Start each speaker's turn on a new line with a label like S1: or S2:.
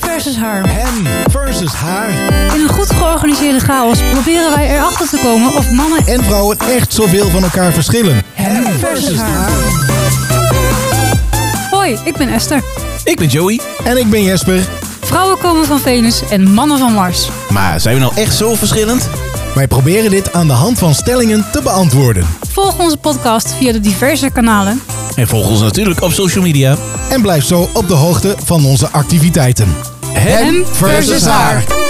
S1: versus haar.
S2: Hem versus haar.
S1: In een goed georganiseerde chaos proberen wij erachter te komen of mannen
S2: en vrouwen echt zoveel van elkaar verschillen.
S1: Hem versus haar. Hoi, ik ben Esther.
S3: Ik ben Joey.
S2: En ik ben Jesper.
S1: Vrouwen komen van Venus en mannen van Mars.
S3: Maar zijn we nou echt zo verschillend?
S2: Wij proberen dit aan de hand van stellingen te beantwoorden.
S1: Volg onze podcast via de diverse kanalen.
S3: En volg ons natuurlijk op social media.
S2: En blijf zo op de hoogte van onze activiteiten.
S1: Hem versus haar.